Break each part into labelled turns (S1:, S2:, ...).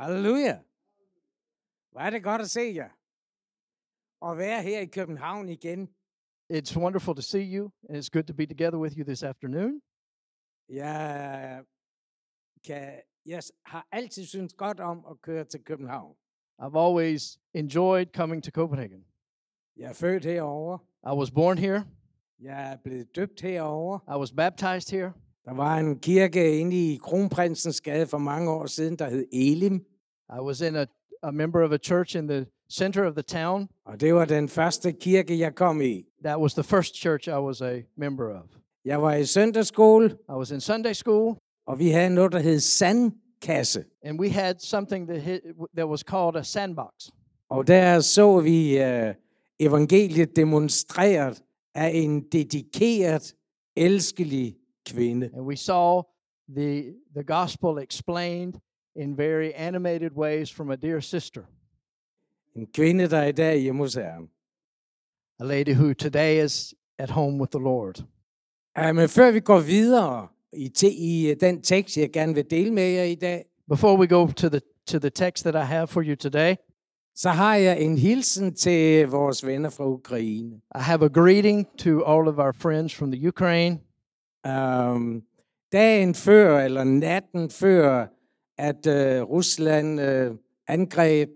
S1: Halleluja! Hvor er det godt at se jer. Og være her i København igen.
S2: It's wonderful to see you, and it's good to be together with you this afternoon.
S1: Jeg, kan, jeg s- har altid syntes godt om at køre til København.
S2: I've always enjoyed coming to Copenhagen.
S1: Jeg er født herovre.
S2: I was born here,
S1: Jeg er blevet døbt herovre.
S2: I was baptized here.
S1: Der var en kirke inde i Kronprinsens Gade for mange år siden, der hed Elim.
S2: I was in a, a member of a church in the center of the town.
S1: Og det var den første kirke, jeg kom i.
S2: That was the first church I was a member of.
S1: Jeg var i søndagsskole,
S2: I was in Sunday school,
S1: og vi havde noget, der hed Sandkasse.
S2: and we had something that, hit, that was called a sandbox.
S1: Og der så vi øh, evangeliet demonstreret af en dedikeret, elskelig kvinde.
S2: And we saw the, the gospel explained in very animated ways from a dear sister,
S1: En kvinde, der i dag er hjemme hos Herren.
S2: a lady who today is at home with the Lord.
S1: Ja, men før vi går videre i, te, i øh, den tekst, jeg gerne vil dele med jer i dag,
S2: Before we go to the, to the text that I have for you today,
S1: så har jeg en hilsen til vores venner fra Ukraine.
S2: I have a greeting to all of our friends from the Ukraine.
S1: Um, dagen før, eller natten før, at øh, Rusland øh, angreb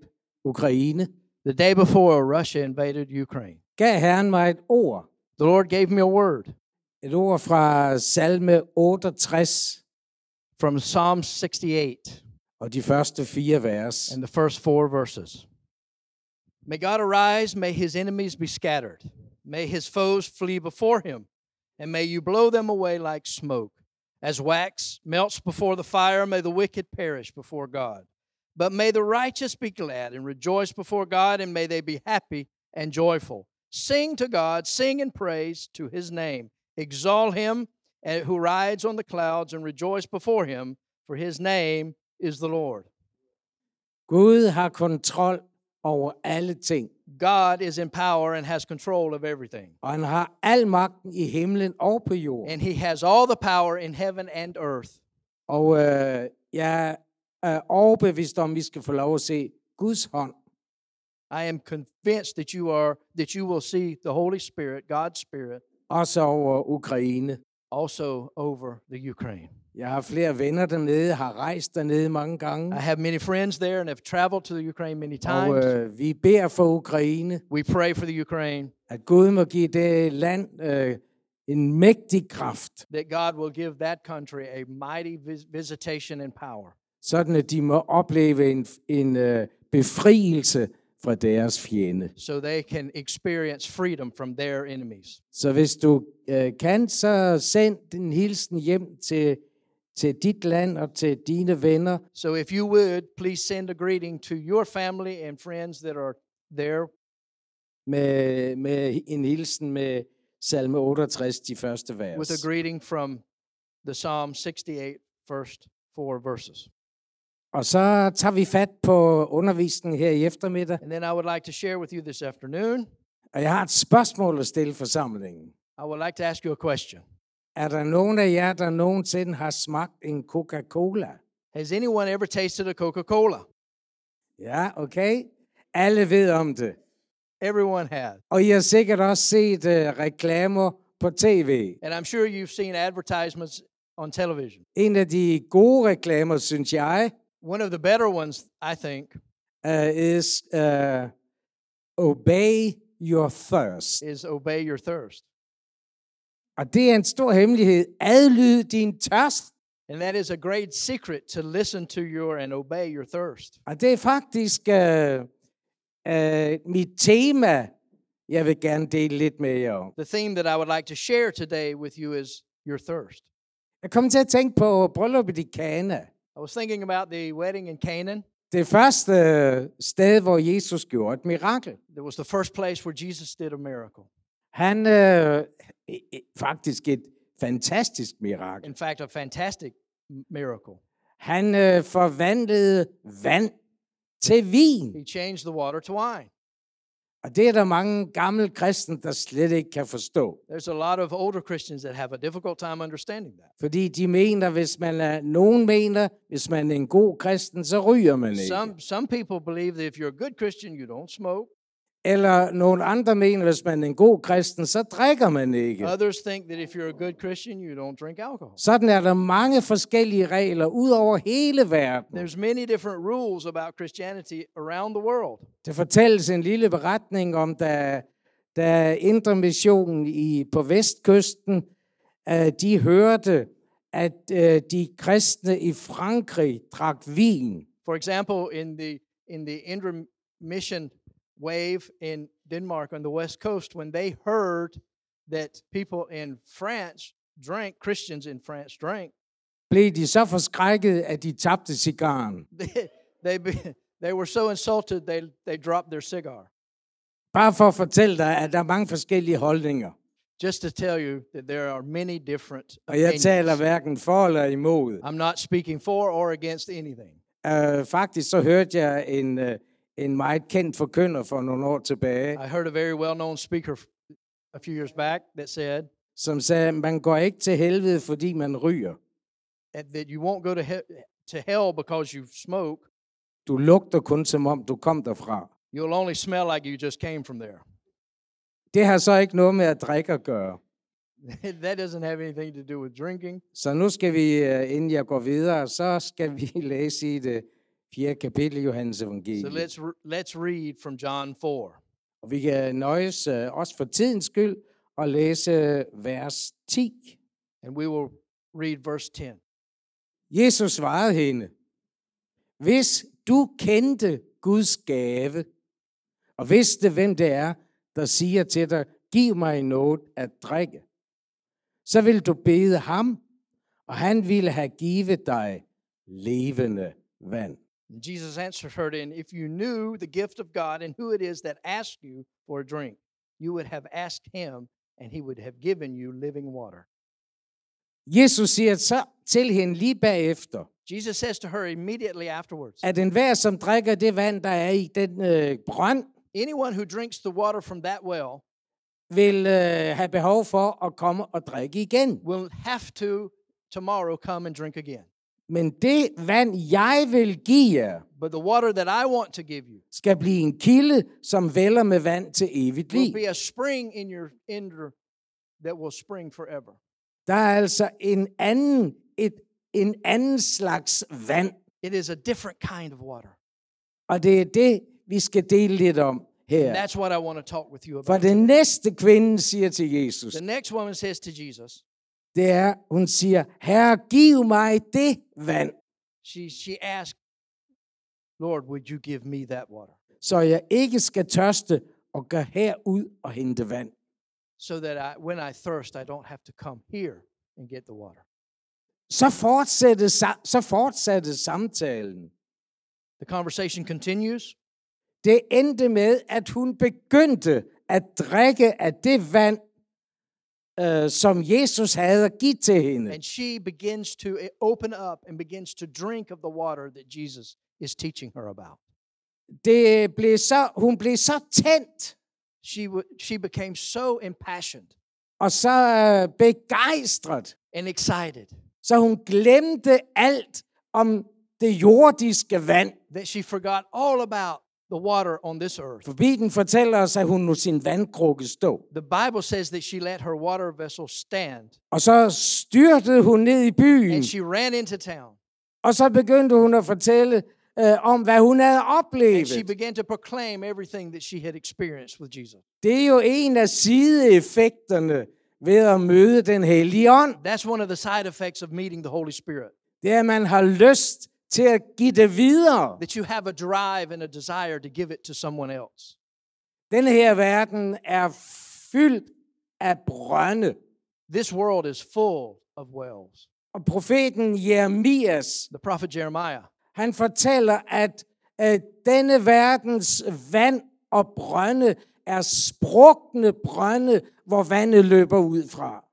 S1: Ukraine,
S2: The day before Russia invaded Ukraine,
S1: gav Herren mig et ord.
S2: the Lord gave me a word
S1: Et ord fra salme 68
S2: from Psalm 68
S1: og de første fire vers.
S2: and the first four verses. May God arise, may his enemies be scattered, may his foes flee before him, and may you blow them away like smoke. As wax melts before the fire, may the wicked perish before God. But may the righteous be glad and rejoice before God, and may they be happy and joyful. Sing to God, sing in praise to his name. Exalt him eh, who rides on the clouds and rejoice before him, for his name is the Lord.
S1: Gud har kontrol over alle ting,
S2: God is in power and has control of everything.
S1: og han har al magten i himlen og på jorden.
S2: And he has all the power in heaven and earth.
S1: Og øh, jeg er overbevist om, at vi skal få lov at se Guds hånd
S2: I am convinced that you are that you will see the Holy Spirit, God's Spirit,
S1: også over Ukraine.
S2: also over the Ukraine.
S1: Jeg har flere venner dernede, har rejst dernede mange gange,
S2: I have many friends there and have traveled to the Ukraine many
S1: og
S2: times.
S1: øh, vi beder for Ukraine,
S2: We pray for the Ukraine
S1: at Gud må give det land øh, en mægtig kraft,
S2: that God will give that country a mighty vis- visitation and power
S1: sådan at de må opleve en, en øh, befrielse fra deres fjende.
S2: so they can experience freedom from their enemies.
S1: Så hvis du øh, kan, så send en hilsen hjem til, til dit land og til dine venner.
S2: So if you would, please send a greeting to your family and friends that are there
S1: med, med en hilsen med salme 68, de første
S2: with
S1: vers.
S2: a greeting from the Psalm 68, first four verses.
S1: Og så tager vi fat på undervisningen her i eftermiddag.
S2: And then I would like to share with you this afternoon.
S1: Og jeg har et spørgsmål at stille forsamlingen.
S2: I would like to ask you a question.
S1: Er der nogen af jer, der nogensinde har smagt en Coca-Cola?
S2: Has anyone ever tasted a Coca Cola?
S1: Ja, okay. Alle ved om det.
S2: Everyone has.
S1: Og I har sikkert også set uh, reklamer på tv.
S2: And I'm sure you've seen advertisements on television.
S1: En af de gode reklamer, synes jeg,
S2: One of the better ones, I think,
S1: uh, is uh, Obey Your Thirst.
S2: is Obey Your Thirst.
S1: Og det er en stor hemmelighed. Adlyd din tørst.
S2: And that is a great secret to listen to your and obey your thirst.
S1: Og det er faktisk øh, øh, mit tema, jeg vil gerne dele lidt med jer om.
S2: The theme that I would like to share today with you is your thirst.
S1: Jeg kom til at tænke på brylluppet i Kana.
S2: I was thinking about the wedding in Canaan.
S1: Det første øh, sted, hvor Jesus gjorde et mirakel.
S2: That was the first place where Jesus did a miracle.
S1: Han øh, e- e- faktisk et fantastisk mirakel.
S2: In fact, a fantastic m- miracle.
S1: Han øh, forvandlede vand til vin.
S2: He changed the water to wine.
S1: Og det er der mange gamle kristne, der slet ikke kan forstå.
S2: There's a lot of older Christians that have a difficult time understanding that.
S1: Fordi de mener, hvis man er, nogen mener, hvis man er en god kristen, så ryger man ikke.
S2: Some some people believe that if you're a good Christian, you don't smoke.
S1: Eller nogen andre mener, hvis man er en god kristen, så drikker man ikke.
S2: Others think that if you're a good Christian, you don't drink alcohol.
S1: Sådan er der mange forskellige regler ud over hele verden.
S2: There's many different rules about Christianity around the world.
S1: Der fortælles en lille beretning om, da, da Indre Missionen i, på vestkysten, uh, de hørte, at uh, de kristne i Frankrig drak vin.
S2: For example, in the in the Indre Mission wave in Denmark on the west coast, when they heard that people in France drank, Christians in France drank,
S1: Blev de så forskrækket, at de tabte cigaren.
S2: they they, be- they were so insulted they they dropped their cigar.
S1: Bare for at fortælle dig, at der er mange forskellige holdninger.
S2: Just to tell you that there are many different.
S1: Og jeg taler
S2: Opinions.
S1: hverken for eller imod.
S2: I'm not speaking for or against anything.
S1: Uh, faktisk så hørte jeg en, uh, en meget kendt forkynder for nogle år tilbage,
S2: I heard a very well-known speaker f- a few years back that said
S1: som sagde, man går ikke til helvede, fordi man ryger.
S2: and that you won't go to he- to hell because you smoke.
S1: Du lugter kun, som om du kom derfra.
S2: You'll only smell like you just came from there.
S1: Det har så ikke noget med at drikke at gøre.
S2: that doesn't have anything to do with drinking.
S1: Så nu skal vi, øh, inden jeg går videre, så skal vi læse i det fjerde kapitel i Johannes
S2: So
S1: evangeliet.
S2: let's re- let's read from John 4.
S1: Og vi kan nøjes, øh, også for tidens skyld, og læse øh, vers 10.
S2: and we will read verse 10.
S1: Jesus svarede hende, hvis du kendte Guds gave, og vidste, hvem det er, der siger til dig, giv mig noget at drikke, så ville du bede ham, og han ville have givet dig levende vand.
S2: And Jesus answered her, and if you knew the gift of God and who it is that asks you for a drink, you would have asked him, and he would have given you living water.
S1: Jesus siger så til hende lige bagefter,
S2: Jesus says to her immediately afterwards,
S1: at enhver, som drikker det vand, der er i den øh, brønd,
S2: anyone who drinks the water from that well
S1: vil øh, have behov for at komme og drikke igen.
S2: will have to tomorrow come and drink again.
S1: Men det vand, jeg vil give jer,
S2: But the water that I want to give you
S1: skal blive en kilde, som vælger med vand til evigt
S2: will
S1: liv.
S2: be a spring in your inner that will spring forever.
S1: Der er altså en anden, et, en anden slags vand,
S2: It is a different kind of water.
S1: og det er det, vi skal dele lidt om
S2: And
S1: her.
S2: that's what I want to talk with you
S1: For
S2: about.
S1: den næste kvinde siger til Jesus,
S2: The next woman says to Jesus,
S1: det er, hun siger, Herre, giv mig det vand,
S2: she, she asked, Lord, would you give me that water
S1: så jeg ikke skal tørste og gå herud og hente vand.
S2: so that I, when I thirst, I don't have to come here and get the water?
S1: Så fortsatte, sa- så fortsatte samtalen.
S2: The conversation continues,
S1: Det endte med, at hun begyndte at drikke af det vand, øh, som Jesus havde at give til hende.
S2: and she begins to eh, open up and begins to drink of the water that Jesus is teaching her about.
S1: Det blev så, hun blev så tændt
S2: She, w- she became so impassioned
S1: og så øh, begejstret,
S2: and excited
S1: så hun glemte alt om det jordiske vand.
S2: that she forgot all about the water on this earth.
S1: For Bibelen fortæller os, at hun nu sin vandkrukke stå.
S2: The Bible says that she let her water vessel stand
S1: Og så styrtede hun ned i byen,
S2: and she ran into town.
S1: og så begyndte hun at fortælle øh, om, hvad hun havde
S2: And she
S1: oplevet.
S2: began to proclaim everything that she had experienced with Jesus.
S1: Det er jo en af sideeffekterne ved at møde den hellige ånd.
S2: That's one of the side effects of meeting the Holy Spirit,
S1: Det er, at man har lyst til at give det videre.
S2: that you have a drive and a desire to give it to someone else.
S1: Den her verden er fyldt af brønde.
S2: This world is full of wells.
S1: Og profeten Jeremias,
S2: The prophet Jeremiah,
S1: han fortæller, at øh, denne verdens vand og brønde er sprukne brønde, hvor vandet løber ud fra.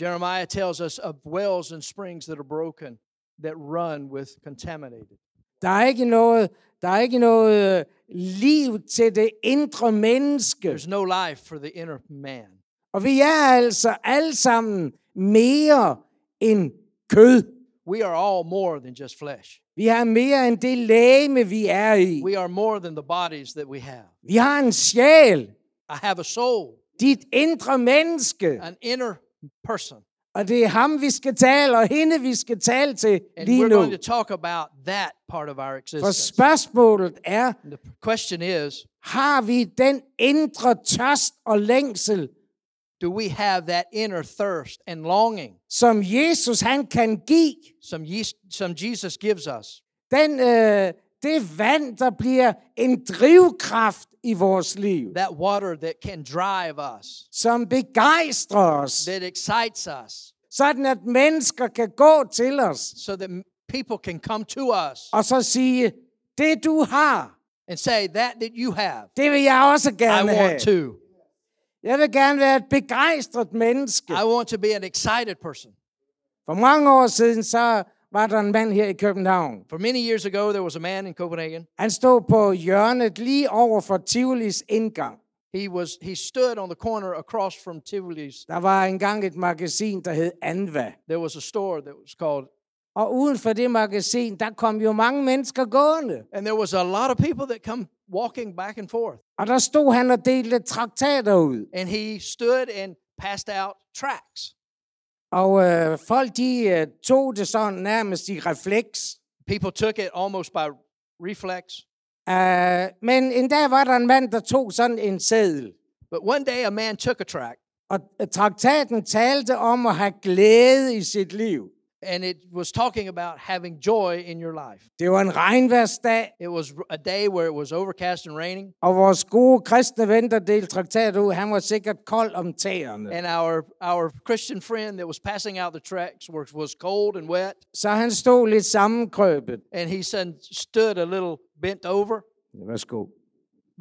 S2: Jeremiah tells us of wells and springs that are broken, that run with contaminated.
S1: Der er ikke noget, der er ikke noget øh, liv til det indre menneske.
S2: There's no life for the inner man.
S1: Og vi er altså alle sammen mere end kød.
S2: We are all more than just flesh.
S1: Vi har mere end det læme, vi er i.
S2: We are more than the bodies that we have.
S1: Vi har en sjæl,
S2: I have a soul,
S1: dit indre menneske.
S2: an inner person.
S1: Og det er ham, vi skal tale, og hende, vi skal tale til
S2: And
S1: lige
S2: we're
S1: nu.
S2: going to talk about that part of our
S1: For
S2: existence.
S1: spørgsmålet er,
S2: And the question is
S1: har vi den indre tørst og længsel,
S2: do we have that inner thirst and longing?
S1: som Jesus han kan give?
S2: Some, yeast, some Jesus gives us.
S1: Den, øh, det vand, der bliver en drivkraft i vores liv,
S2: That water that can drive us,
S1: som begejstrer os,
S2: that excites us,
S1: sådan at mennesker kan gå til os
S2: so that m- people can come to us
S1: og så sige, det du har,
S2: and say, That that you have,
S1: det vil jeg også
S2: I
S1: gerne have.
S2: want to.
S1: Jeg vil gerne være et begejstret menneske.
S2: I want to be an excited person.
S1: For mange år siden, så var der en mand her i København.
S2: For many years ago, there was a man in Copenhagen.
S1: Han stod på hjørnet lige over for Tivolis indgang.
S2: He was he stood on the corner across from Tivoli's.
S1: Der var engang et magasin, der hed Anva.
S2: There was a store that was called,
S1: Og uden for det magasin, der kom jo mange mennesker gående.
S2: and there was a lot of people that come walking back and forth.
S1: Og der stod han og delte traktater ud.
S2: And he stood and passed out tracts.
S1: Og øh, folk, de øh, tog det sådan nærmest i refleks.
S2: People took it almost by reflex.
S1: Uh, men en dag var der en mand, der tog sådan en seddel.
S2: But one day, a man took a tract,
S1: Og øh, traktaten talte om at have glæde i sit liv.
S2: and it was talking about having joy in your life.
S1: Det var en regnværsdag,
S2: It was a day where it was overcast and raining,
S1: og vores gode kristne ven, der delte traktater ud, han var sikkert kold om tæerne.
S2: and our our Christian friend that was passing out the tracts was, was cold and wet.
S1: Så han stod lidt sammenkrøbet.
S2: and he son stood a little bent over.
S1: Værsgo,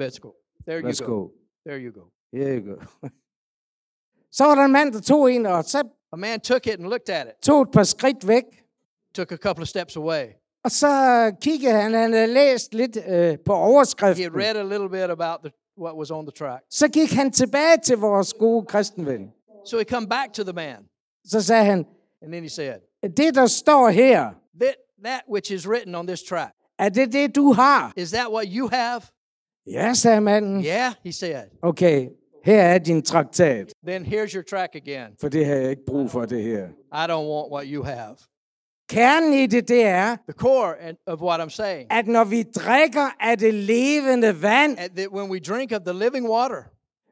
S2: Let's go. There you go.
S1: værsgo.
S2: There you go.
S1: Here you go. Så var der en mand, der tog en, og så
S2: A man took it and looked at it,
S1: tog et par skridt væk.
S2: took a couple of steps away.
S1: Og så kiggede han, han havde læst lidt øh, på
S2: He had
S1: overskriften.
S2: read a little bit about the, what was on the track.
S1: Så gik han tilbage til vores gode kristenven.
S2: So he come back to the man,
S1: Så sagde han,
S2: and then he said,
S1: det der står her,
S2: that, that which is written on this track,
S1: er det det, du har?
S2: is that what you have?
S1: Ja, sagde manden.
S2: Yeah, he said.
S1: Okay, her er din traktat,
S2: Then here's your track again.
S1: for det har jeg ikke brug for, det her.
S2: I don't want what you have.
S1: Kernen i det, det er,
S2: The core and- of what I'm saying,
S1: at når vi drikker af det levende vand,
S2: and that when we drink of the living water,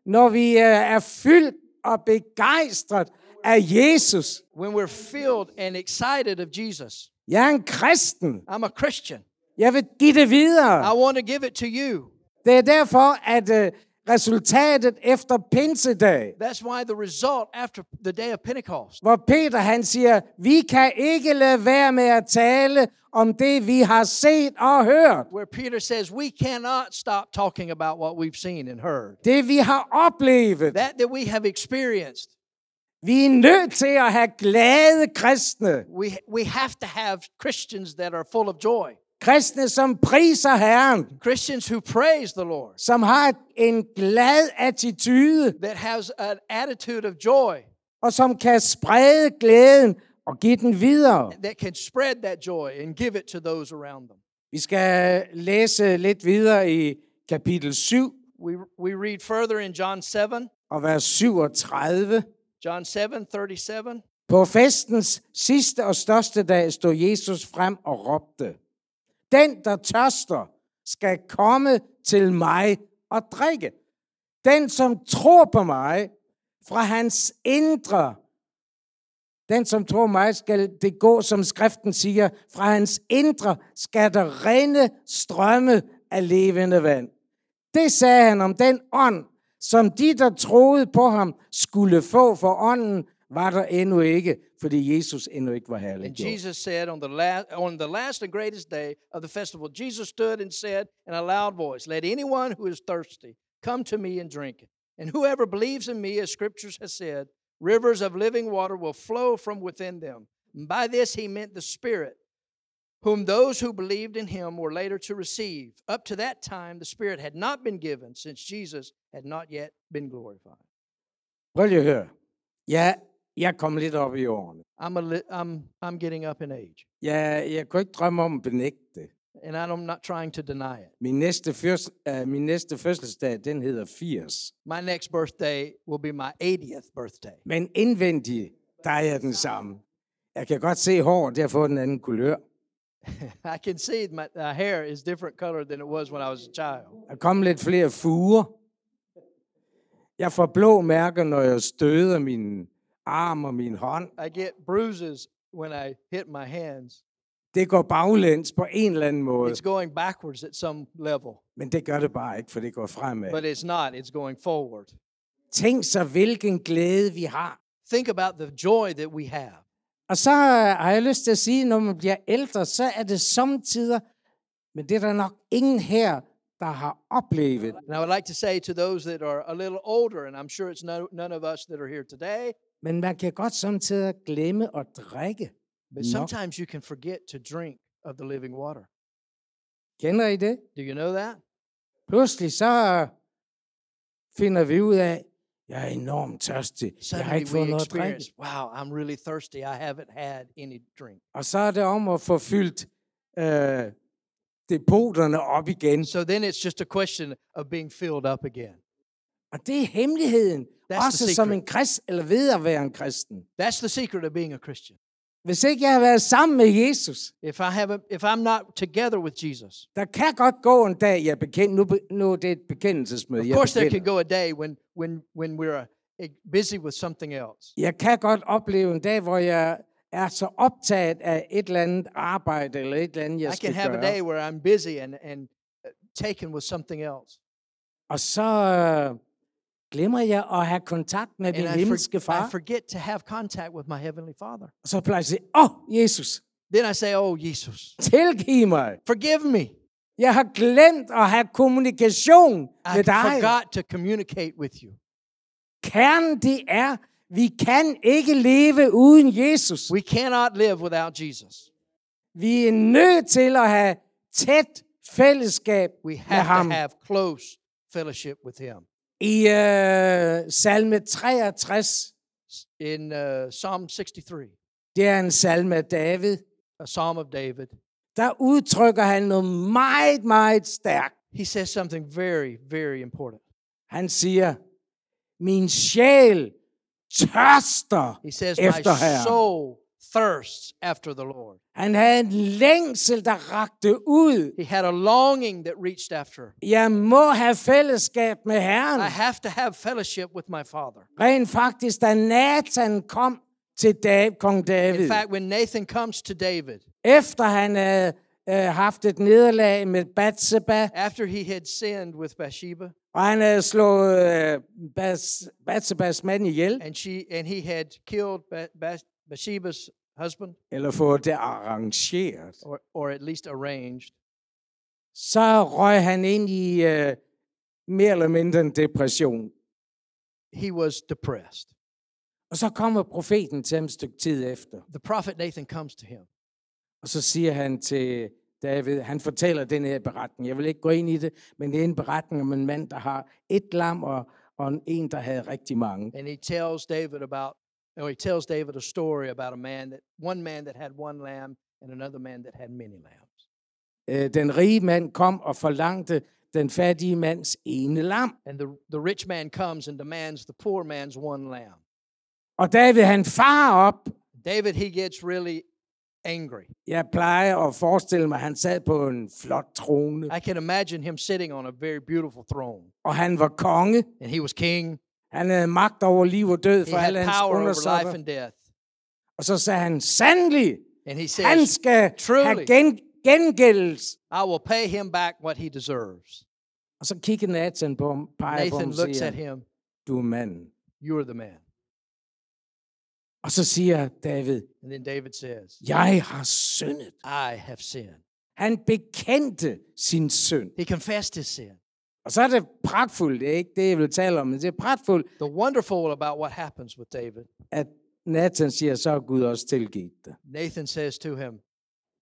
S1: når vi øh, er fyldt og begejstret af Jesus.
S2: when we're filled and excited of Jesus,
S1: Jeg er en kristen.
S2: I'm a Christian.
S1: Jeg vil give det
S2: I
S1: videre.
S2: want to give it to you.
S1: Det er derfor, at øh, resultatet efter pinsedag,
S2: That's why the result after the day of Pentecost,
S1: hvor Peter han siger, vi kan ikke lade være med at tale om det, vi har set og hørt.
S2: where Peter says, We cannot stop talking about what we've seen and heard,
S1: Det, vi har oplevet.
S2: that that we have experienced.
S1: Vi er nødt til at have glade kristne.
S2: We, we have to have Christians that are full of joy,
S1: Kristne, som priser Herren.
S2: Christians who praise the Lord,
S1: Som har en glad attitude.
S2: that has an attitude of joy,
S1: og som kan sprede glæden og give den videre.
S2: that can spread that joy and give it to those around them.
S1: Vi skal læse lidt videre i kapitel 7
S2: We, we read further in John 7,
S1: og vers 37.
S2: John 7, 37.
S1: På festens sidste og største dag stod Jesus frem og råbte, Den, der tørster, skal komme til mig og drikke. Den, som tror på mig, fra hans indre, den, som tror mig, skal det gå, som skriften siger, fra hans indre skal der rene strømme af levende vand. Det sagde han om den ånd, som de, der troede på ham, skulle få, for ånden var der endnu ikke, fordi Jesus endnu ikke var
S2: And
S1: herlig.
S2: Jesus said on the last on the last and greatest day of the festival, Jesus stood and said in a loud voice, Let anyone who is thirsty come to me and drink. And whoever believes in me, as scriptures has said, rivers of living water will flow from within them. And by this he meant the spirit whom those who believed in him were later to receive. Up to that time, the Spirit had not been given, since Jesus had not yet been glorified.
S1: Prøv lige at høre. Ja, jeg kom lidt op i årene.
S2: I'm, a li- I'm, I'm getting up in age,
S1: Ja, jeg kunne ikke drømme om at benægte det.
S2: and I'm not trying to deny it.
S1: Min næste, fødsel, øh, min næste fødselsdag, den hedder 80.
S2: My next birthday will be my 80th birthday.
S1: Men indvendig, der er jeg den samme. Jeg kan godt se håret, det har fået en anden kulør.
S2: I can see my uh, hair is different color than it was when I was a child.
S1: Der kom lidt flere fuger. Jeg får blå mærker, når jeg støder min arm og min hånd.
S2: I get bruises when I hit my hands.
S1: Det går baglæns på en eller anden måde,
S2: It's going backwards at some level,
S1: men det gør det bare ikke, for det går fremad.
S2: but it's not, it's going forward.
S1: Tænk så, hvilken glæde vi har.
S2: Think about the joy that we have.
S1: Og så øh, har jeg lyst til at sige, når man bliver ældre, så er det samtidig, men det er der nok ingen her, der har oplevet.
S2: And I would like to say to those that are a little older, and I'm sure it's no, none of us that are here today,
S1: Men man kan godt samtidig glemme at drikke. No.
S2: but sometimes you can forget to drink of the living water.
S1: Kender I det?
S2: Do you know that?
S1: Pludselig så finder vi ud af, jeg er enormt tørstig. Jeg har
S2: Suddenly
S1: ikke fået
S2: we
S1: noget at drikke.
S2: experience, wow, I'm really thirsty. I haven't had any drink.
S1: Og så er det om at få fyldt øh, depoterne op igen.
S2: So then it's just a question of being filled up again.
S1: Og det er hemmeligheden.
S2: the
S1: Også som
S2: secret.
S1: en krist, eller ved at være en kristen.
S2: That's the secret of being a Christian.
S1: Hvis ikke jeg har været sammen med Jesus,
S2: If I haven't, if I'm not together with Jesus,
S1: der kan godt gå en dag, jeg bekend, nu, be- nu er det et bekendelsesmøde.
S2: of
S1: jeg
S2: course there
S1: bekender.
S2: can go a day when when when we're uh, eh, busy with something else.
S1: Jeg kan godt opleve en dag, hvor jeg er så optaget af et eller andet arbejde, eller et eller andet, jeg
S2: I can
S1: skal
S2: have a
S1: gøre.
S2: day where I'm busy and and uh, taken with something else,
S1: Og så øh, glemmer jeg at have kontakt med
S2: and
S1: min
S2: I, for-
S1: himmelske far.
S2: I forget to have contact with my heavenly Father.
S1: og så plejer jeg at sige, åh, oh, Jesus,
S2: Then I say, "Oh Jesus,
S1: tilgiv mig.
S2: forgive me.
S1: Jeg har glemt at have kommunikation
S2: I
S1: med dig.
S2: forgot to communicate with you.
S1: Kernen det er, vi kan ikke leve uden Jesus.
S2: We cannot live without Jesus.
S1: Vi er nødt til at have tæt fællesskab
S2: We
S1: med
S2: have
S1: ham.
S2: to have close fellowship with Him."
S1: I øh, salme 63,
S2: S- In uh, Psalm 63,
S1: det er en salme af David,
S2: a Psalm of David,
S1: der udtrykker han noget meget, meget stærkt.
S2: he says something very, very important.
S1: Han siger, min sjæl tørster
S2: He says,
S1: efter
S2: My
S1: Herren.
S2: soul thirsts after the Lord.
S1: Han havde en længsel, der rakte ud.
S2: He had a longing that reached after.
S1: Jeg må have fællesskab med Herren.
S2: I have to have fellowship with my Father.
S1: Rent faktisk, da Nathan kom til Dav, kong
S2: In
S1: David,
S2: fact, when Nathan comes to David,
S1: efter han havde øh, haft et nederlag med Bathsheba,
S2: after he had sinned with Bathsheba,
S1: og han havde slået øh, Bas- Bathshebas mand ihjel,
S2: and she and he had killed Ba- Ba- Bathsheba's husband,
S1: eller fået det arrangeret,
S2: or, or at least arranged,
S1: så røg han ind i øh, mere eller mindre en depression.
S2: he was depressed.
S1: Og så kommer profeten til ham et stykke tid efter,
S2: The prophet Nathan comes to him.
S1: og så siger han til David, han fortæller den her beretning. Jeg vil ikke gå ind i det, men det er en beretning om en mand, der har et lam, og, og en, der havde rigtig mange.
S2: and he tells David about, or he tells David a story about a man that one man that had one lamb and another man that had many lambs.
S1: Øh, den rige mand kom og forlangte den fattige mands ene lam.
S2: And the, the rich man comes and demands the poor man's one lamb.
S1: Og David, han far op.
S2: David, he gets really angry.
S1: Jeg plejer at forestille mig, at han sad på en flot trone,
S2: I can imagine him sitting on a very beautiful throne,
S1: og han var konge.
S2: and he was king.
S1: Han havde magt over liv og død
S2: He
S1: for
S2: had
S1: alle hans
S2: power over life
S1: undersåtter.
S2: and death.
S1: Og så sagde han, sandelig,
S2: And he
S1: han
S2: says,
S1: skal
S2: Truly.
S1: have gen- gengældes.
S2: I will pay him back what he deserves.
S1: Og så kigger Nathan på ham, peger på ham
S2: Nathan
S1: og
S2: looks at
S1: siger,
S2: him,
S1: du er manden.
S2: You are the man.
S1: Og så siger David,
S2: And then David says,
S1: jeg har syndet.
S2: I have sinned.
S1: Han bekendte sin synd.
S2: He confessed his sin.
S1: Og så er det pragtfuldt, det er ikke det, jeg vil tale om, men det er pragtfuldt,
S2: The wonderful about what happens with David,
S1: at Nathan siger, så har Gud også tilgivet dig.
S2: Nathan says to him,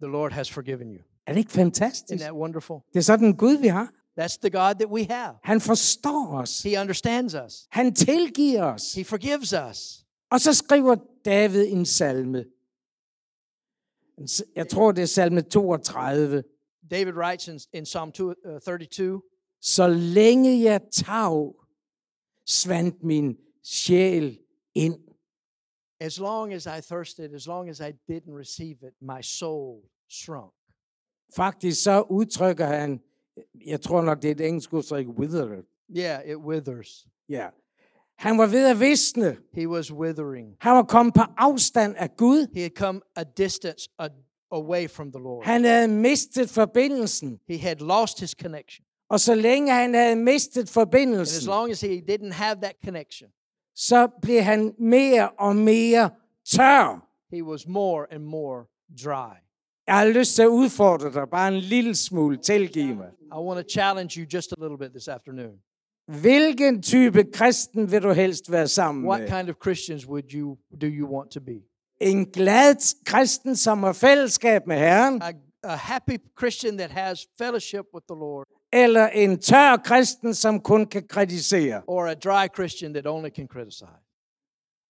S2: the Lord has forgiven you.
S1: Er det ikke fantastisk?
S2: Isn't that wonderful?
S1: Det er sådan en Gud, vi har.
S2: That's the God that we have.
S1: Han forstår os.
S2: He understands us,
S1: Han tilgiver os.
S2: He forgives us.
S1: Og så skriver David en salme. En s- Jeg tror, det er salme 32.
S2: David writes in, in Psalm 2, uh, 32
S1: Så længe jeg tav, svandt min sjæl ind.
S2: As long as I thirsted, as long as I didn't receive it, my soul shrunk.
S1: Faktisk så udtrykker han, jeg tror nok, det er et engelsk udtryk, withered.
S2: Yeah, it withers.
S1: Ja. Han var ved at visne.
S2: He was withering.
S1: Han var kommet på afstand af Gud.
S2: He had come a distance a- away from the Lord.
S1: Han havde mistet forbindelsen.
S2: He had lost his connection.
S1: Og så længe han havde mistet
S2: And as
S1: forbindelsen,
S2: long as he didn't have that connection,
S1: så blev han mere og mere tør.
S2: he was more and more dry.
S1: Jeg har lyst til at udfordre dig bare en lille smule. Tilgiv mig.
S2: I want to challenge you just a little bit this afternoon.
S1: Hvilken type kristen vil du helst være sammen
S2: What
S1: med?
S2: kind of Christians would you do you want to be?
S1: En glad kristen, som har fællesskab med Herren?
S2: A, a happy Christian that has fellowship with the Lord,
S1: Eller en tør kristen, som kun kan kritisere?
S2: or a dry Christian that only can criticize?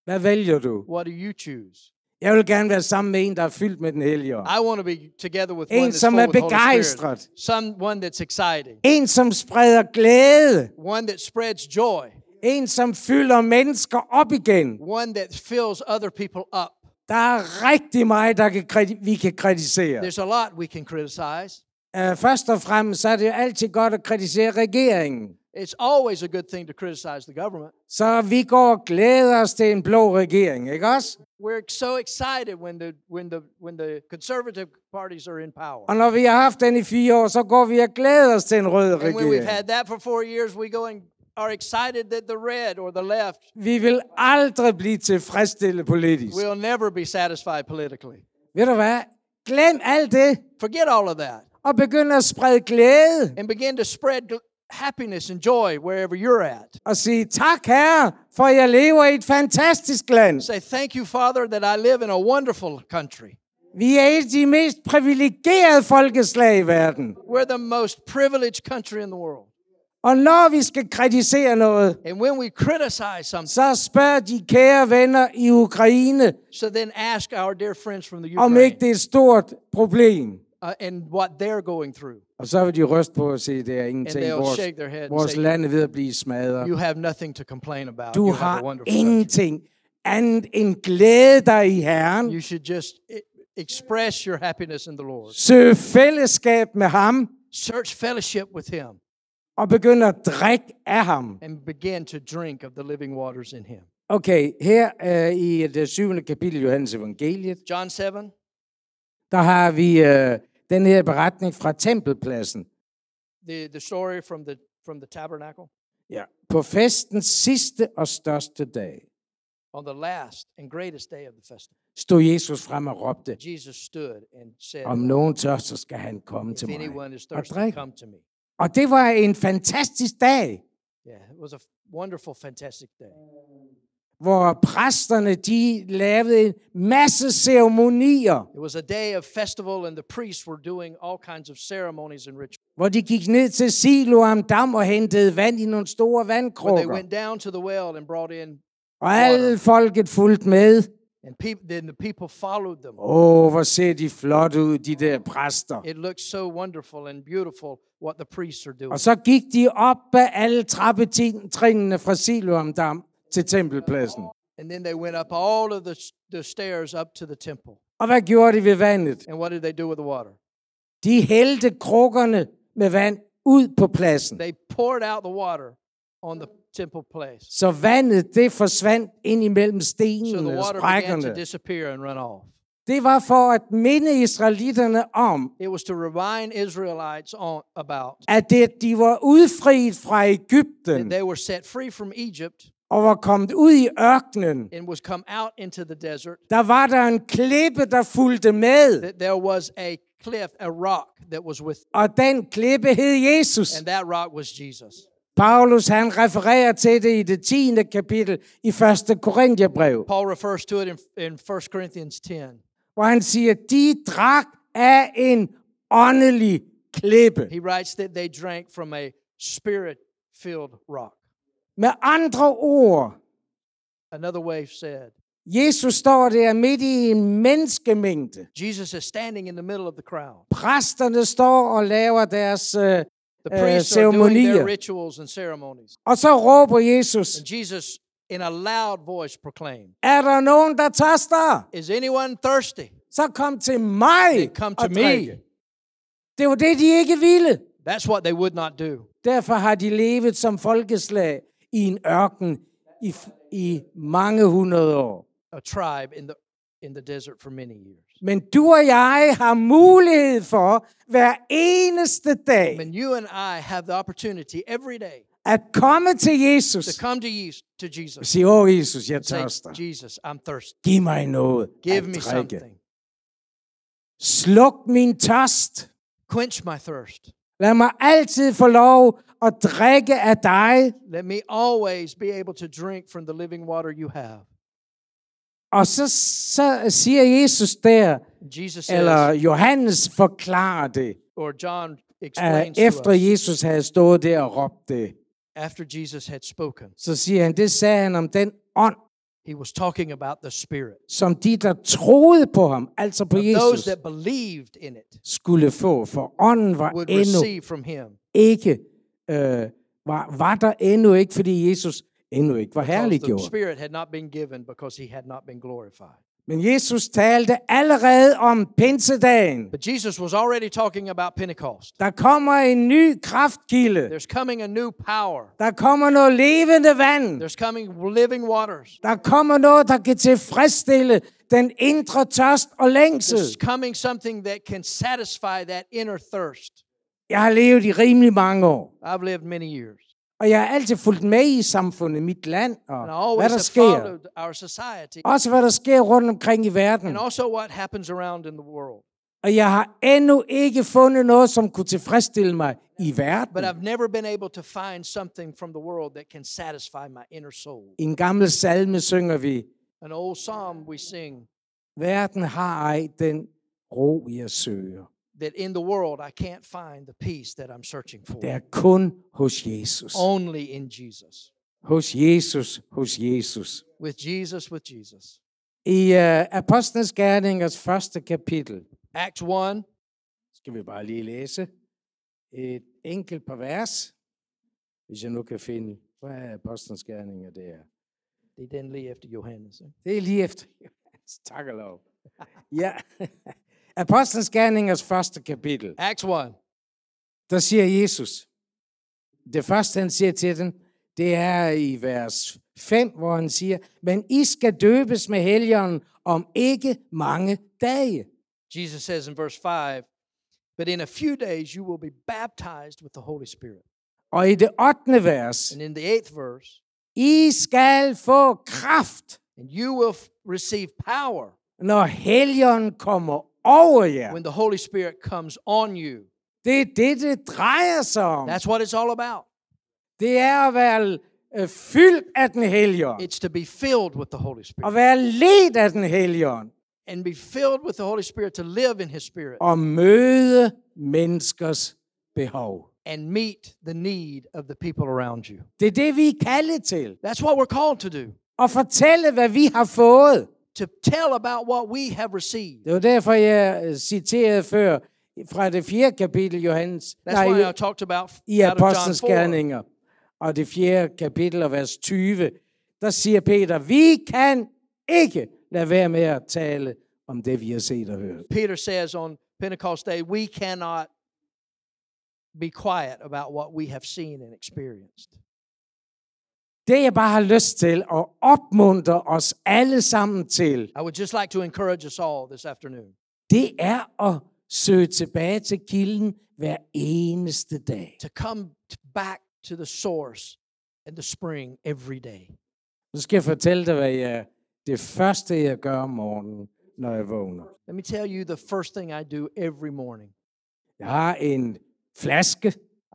S1: Hvad vælger du?
S2: What do you choose?
S1: Jeg vil gerne være sammen med en, der er fyldt med den hellige ånd.
S2: I want to be together with
S1: En,
S2: one that's
S1: som
S2: full
S1: er
S2: with the Holy Spirit.
S1: begejstret.
S2: Someone that's exciting.
S1: En, som spreder glæde.
S2: One that spreads joy.
S1: En, som fylder mennesker op igen.
S2: One that fills other people up.
S1: Der er rigtig meget, der kan kriti- vi kan kritisere.
S2: There's a lot we can criticize.
S1: Uh, først og fremmest så er det jo altid godt at kritisere regeringen.
S2: It's always a good thing to criticize the government.
S1: Så vi går og glæder os til en blå regering, ikke også?
S2: We're so excited when the when the when the conservative parties are in power.
S1: Og når vi har haft den i fire år, så går vi og glæder os til en rød
S2: And when we've
S1: regering.
S2: had that for four years, we go and are excited that the red or the left
S1: Vi vil aldrig blive tilfredsstillet politisk.
S2: will never be satisfied politically.
S1: Ved du hvad? Glem alt det,
S2: Forget all of that
S1: og begynd at sprede glæde.
S2: and begin to spread gl- happiness and joy wherever you're at.
S1: Og sige, tak herre, for jeg lever i et fantastisk land.
S2: Say, Thank you, Father, that I live in a wonderful country.
S1: Vi er et af de mest privilegerede folkeslag i verden.
S2: We're the most privileged country in the world.
S1: Og når vi skal kritisere noget,
S2: And when we criticize something,
S1: så spørg de kære venner i Ukraine,
S2: so then ask our dear friends from the
S1: om ikke
S2: Ukraine
S1: det er et stort problem.
S2: uh, and what they're going through.
S1: Og så vil de ryste på og sige, det er ingenting.
S2: they'll
S1: Vores,
S2: shake their head and
S1: vores
S2: say,
S1: land er ved at blive smadret.
S2: You have nothing to complain about.
S1: Du
S2: you have a
S1: har
S2: wonderful country.
S1: ingenting andet end glæde dig i Herren.
S2: You should just e- express your happiness in the Lord.
S1: Søg fællesskab med ham,
S2: Search fellowship with Him
S1: og begynd at drikke af ham.
S2: and begin to drink of the living waters in Him.
S1: Okay, her øh, i det syvende kapitel i Johannes evangeliet,
S2: John 7.
S1: der har vi øh, den her beretning fra tempelpladsen.
S2: the, the story from the from the tabernacle
S1: Ja. På festens sidste og største dag.
S2: on the last and greatest day of the festival
S1: stod Jesus frem og råbte,
S2: jesus stood and said
S1: om nogen tørster, skal han komme
S2: if
S1: til mig
S2: anyone is
S1: og
S2: thirsty
S1: drikke.
S2: come to me
S1: Og det var en fantastisk dag,
S2: yeah it was a f- wonderful fantastic day
S1: hvor præsterne de lavede en masse ceremonier,
S2: it was a day of festival and the priests were doing all kinds of ceremonies and rituals
S1: hvor de gik ned til Silo am Dam og hentede vand i nogle store
S2: When they
S1: vandkrukker.
S2: went down to the well and brought in
S1: Og alle folket fulgte med.
S2: and peop then the people followed them
S1: Åh, oh, hvor ser de flot ud, de der præster.
S2: it looks so wonderful and beautiful what the priests are doing
S1: Og så gik de op ad alle trappetrinene fra Silo am Dam til tempelpladsen.
S2: and then they went up all of the, s- the stairs up to the temple
S1: Og hvad gjorde de ved vandet?
S2: and what did they do with the water
S1: De hældte krukkerne med vand ud på pladsen.
S2: they poured out the water on the temple place.
S1: Så vandet, det forsvandt ind imellem
S2: So the
S1: stenene og
S2: water began to
S1: sprækkerne.
S2: disappear and run off.
S1: Det var for at minde israelitterne om,
S2: It was to remind Israelites on, about
S1: at det, de var udfriet fra
S2: that
S1: Ægypten
S2: they were set free from Egypt
S1: og var kommet ud i ørkenen.
S2: and was come out into the desert.
S1: Der var der en klippe, der fulgte med,
S2: That there was a cliff, a rock that was with,
S1: og den klippe hed Jesus.
S2: and that rock was Jesus.
S1: Paulus, han refererer til det i det 10. kapitel i 1. Korintherbrev,
S2: Paul refers to it in, in 1 Corinthians 10.
S1: hvor han siger, de drak af en åndelig klippe.
S2: He writes that they drank from a spirit filled rock.
S1: Med andre ord,
S2: Another way said,
S1: Jesus står der midt i en menneskemængde.
S2: Jesus is standing in the middle of the crowd.
S1: Præsterne står og laver deres... Øh,
S2: The
S1: Eh,
S2: priests are doing
S1: ceremonier.
S2: their rituals and ceremonies.
S1: og så råber Jesus,
S2: And Jesus, in a loud voice, proclaimed,
S1: er der nogen, der taster?
S2: Is anyone thirsty?
S1: Så kom til mig
S2: Come to
S1: og
S2: me.
S1: drikke. Det var det, de ikke ville.
S2: That's what they would not do.
S1: Derfor har de levet som folkeslag i en ørken i, f- i mange hundrede år.
S2: A tribe in the, in the desert for many years.
S1: Men du og jeg har mulighed for hver eneste dag
S2: And you and I have the opportunity every day
S1: at komme til Jesus
S2: to come to, Yeast, to Jesus
S1: og sige, åh Jesus, jeg
S2: Say,
S1: tørster.
S2: Jesus, I'm thirsty.
S1: Giv mig noget
S2: Give
S1: at
S2: me
S1: drikke.
S2: something.
S1: Sluk min tørst.
S2: Quench my thirst.
S1: Lad mig altid få lov at drikke af dig
S2: Let me always be able to drink from the living water you have.
S1: Og så, så siger Jesus der,
S2: Jesus
S1: eller
S2: says,
S1: Johannes forklarer det,
S2: or John
S1: at
S2: explains to
S1: efter
S2: us,
S1: Jesus havde stået der og råbt det,
S2: after Jesus had spoken,
S1: så siger han, det sagde han om den ånd,
S2: he was talking about the Spirit.
S1: som de, der troede på ham, altså på
S2: Those
S1: Jesus,
S2: that believed in it
S1: skulle få. For ånden var
S2: would
S1: endnu
S2: receive from him
S1: ikke, øh, var, var der endnu ikke, fordi Jesus endnu ikke var
S2: because the
S1: herliggjort.
S2: Spirit had not been given because he had not been glorified.
S1: Men Jesus talte allerede om pinsedagen.
S2: But Jesus was already talking about Pentecost.
S1: Der kommer en ny kraftkilde.
S2: There's coming a new power.
S1: Der kommer noget levende vand.
S2: There's coming living waters.
S1: Der kommer noget, der kan tilfredsstille den indre tørst og længsel.
S2: There's coming something that can satisfy that inner thirst.
S1: Jeg har levet i rimelig mange år,
S2: I've lived many years.
S1: og jeg har altid fulgt med i samfundet, mit land
S2: And I
S1: og hvad
S2: always
S1: der
S2: have
S1: sker.
S2: followed our society
S1: Også hvad der sker rundt omkring i verden.
S2: and also what happens around in the world.
S1: Og jeg har endnu ikke fundet noget, som kunne tilfredsstille mig i verden.
S2: But I've never been able to find something from the world that can satisfy my inner soul.
S1: I en gammel salme synger vi,
S2: An old psalm we sing
S1: verden har ej den ro, jeg søger.
S2: that in the world I can't find the peace that I'm searching for.
S1: Det er kun hos Jesus.
S2: Only in Jesus.
S1: Hos Jesus, hos Jesus.
S2: With Jesus, with Jesus.
S1: I uh, Apostlenes Gerningers første kapitel,
S2: Acts 1,
S1: skal vi bare lige læse et enkelt par vers, hvis jeg nu kan finde, hvor er Apostlenes Gerninger der?
S2: they didn't leave after Johannes. eh?
S1: Det er lige efter. Tak og lov. Ja. Apostlenes Gerningers første kapitel,
S2: Acts 1.
S1: der siger Jesus, det første han siger til dem, det er i vers 5, hvor han siger, men I skal døbes med helgen om ikke mange dage.
S2: Jesus says in verse 5, but in a few days you will be baptized with the Holy Spirit.
S1: Og i det 8. vers,
S2: And in the eighth verse,
S1: I skal få kraft,
S2: and you will f- receive power
S1: når helgen kommer over jer.
S2: when the Holy Spirit comes on you.
S1: Det er det, det drejer sig om.
S2: That's what it's all about.
S1: Det er at være øh, fyldt af den helgen.
S2: It's to be filled with the Holy Spirit
S1: Og være ledt af den helgen.
S2: and be filled with the Holy Spirit to live in His Spirit
S1: Og møde menneskers behov.
S2: and meet the need of the people around you.
S1: Det er det, vi er kaldet til.
S2: That's what we're called to do,
S1: Og fortælle, hvad vi har fået.
S2: to tell about what we have received.
S1: Det var derfor, jeg øh, citerede før fra det fjerde kapitel, Johannes.
S2: That's why I
S1: Nej,
S2: talked about f-
S1: i
S2: out of John
S1: Apostlenes
S2: 4.
S1: Gerninger, og det fjerde kapitel og vers 20, der siger Peter, vi kan ikke lade være med at tale om det, vi har set og hørt.
S2: Peter says on Pentecost Day, we cannot be quiet about what we have seen and experienced.
S1: Det, jeg bare har lyst til at opmuntre os alle sammen til,
S2: I would just like to encourage us all this afternoon
S1: det er at søge tilbage til kilden hver eneste dag.
S2: to come t- back to the source and the spring every day.
S1: Nu skal jeg fortælle dig, hvad jeg, det første, jeg gør om morgenen, når jeg vågner.
S2: Let me tell you the first thing I do every morning.
S1: Jeg har en flaske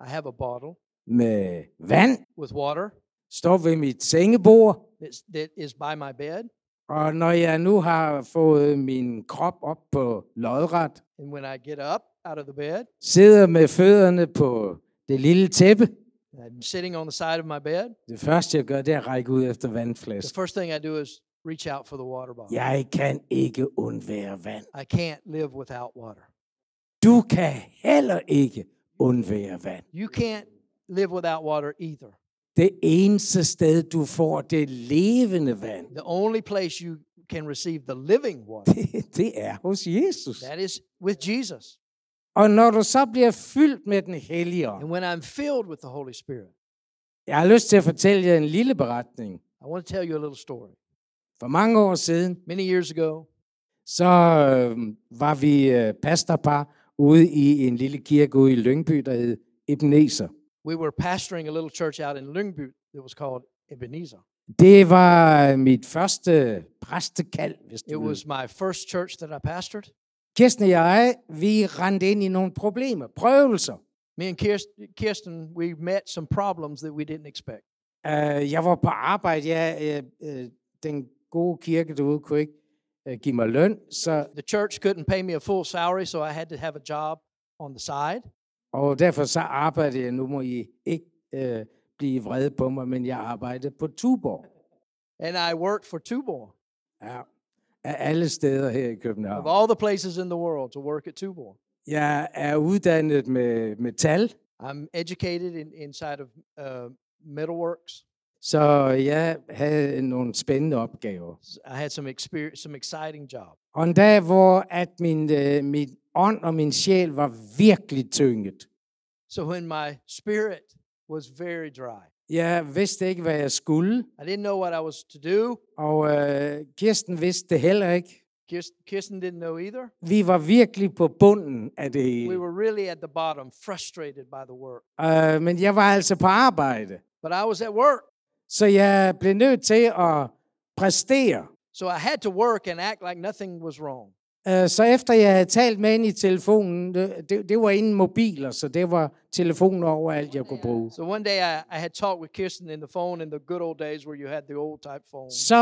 S2: I have a bottle
S1: med vand,
S2: with water
S1: står ved mit sengebord,
S2: that's, that is by my bed,
S1: Og når jeg nu har fået min krop op på lodret,
S2: And when I get up out of the bed,
S1: sidder med fødderne på det lille tæppe,
S2: I'm sitting on the side of my bed,
S1: det første jeg gør, det er at række ud efter
S2: the
S1: vandflasker.
S2: first thing I do is reach out for the water bottle.
S1: Jeg kan ikke undvære vand.
S2: I can't live without water.
S1: Du kan heller ikke undvære vand.
S2: You can't live without water either.
S1: Det eneste sted, du får det levende vand,
S2: The only place you can receive the living water,
S1: det, det er hos Jesus.
S2: that is with Jesus.
S1: Og når du så bliver fyldt med den hellige ånd,
S2: And when I'm filled with the Holy Spirit,
S1: jeg har lyst til at fortælle jer en lille beretning.
S2: I want to tell you a little story.
S1: For mange år siden,
S2: Many years ago,
S1: så øh, var vi øh, pastorpar ude i en lille kirke ude i Lyngby, der hed Ebenezer.
S2: we were pastoring a little church out in Lyngby that was called Ebenezer.
S1: Det var øh, mit første præstekald, hvis
S2: It
S1: du vil.
S2: was my first church that I pastored.
S1: Kirsten og jeg, vi rendte ind i nogle problemer, prøvelser.
S2: Me and Kirst- Kirsten, we met some problems that we didn't expect.
S1: Uh, jeg var på arbejde, ja, uh, uh, den gode kirke derude kunne ikke uh, give mig løn, så,
S2: The church couldn't pay me a full salary, so I had to have a job on the side.
S1: og derfor så arbejdede jeg, nu må I ikke uh, blive vrede på mig, men jeg arbejdede på Tuborg.
S2: And I worked for Tubor,
S1: Ja, af alle steder her i København.
S2: of all the places in the world to work at Tubor.
S1: Jeg er uddannet med metal,
S2: I'm educated in, inside of uh, metalworks.
S1: så jeg havde nogle spændende opgaver.
S2: S- I had some experience, some exciting job.
S1: Og en dag, hvor at min, øh, min ånd og min sjæl var virkelig tynget.
S2: So when my spirit was very dry,
S1: Jeg vidste ikke, hvad jeg skulle,
S2: I didn't know what I was to do.
S1: og øh, Kirsten vidste det heller ikke.
S2: Kirst- Kirsten didn't know either.
S1: Vi var virkelig på bunden af det
S2: We
S1: hele.
S2: were really at the bottom, frustrated by the work.
S1: Øh, men jeg var altså på arbejde,
S2: But I was at work,
S1: så jeg blev nødt til at præstere.
S2: so I had to work and act like nothing was wrong.
S1: Øh, Så efter jeg havde talt med hende i telefonen, det, det- det var inden mobiler, så det var telefonen overalt, jeg kunne bruge.
S2: So one day I, I had talked with Kirsten in the phone in the good old days where you had the old type phone.
S1: Så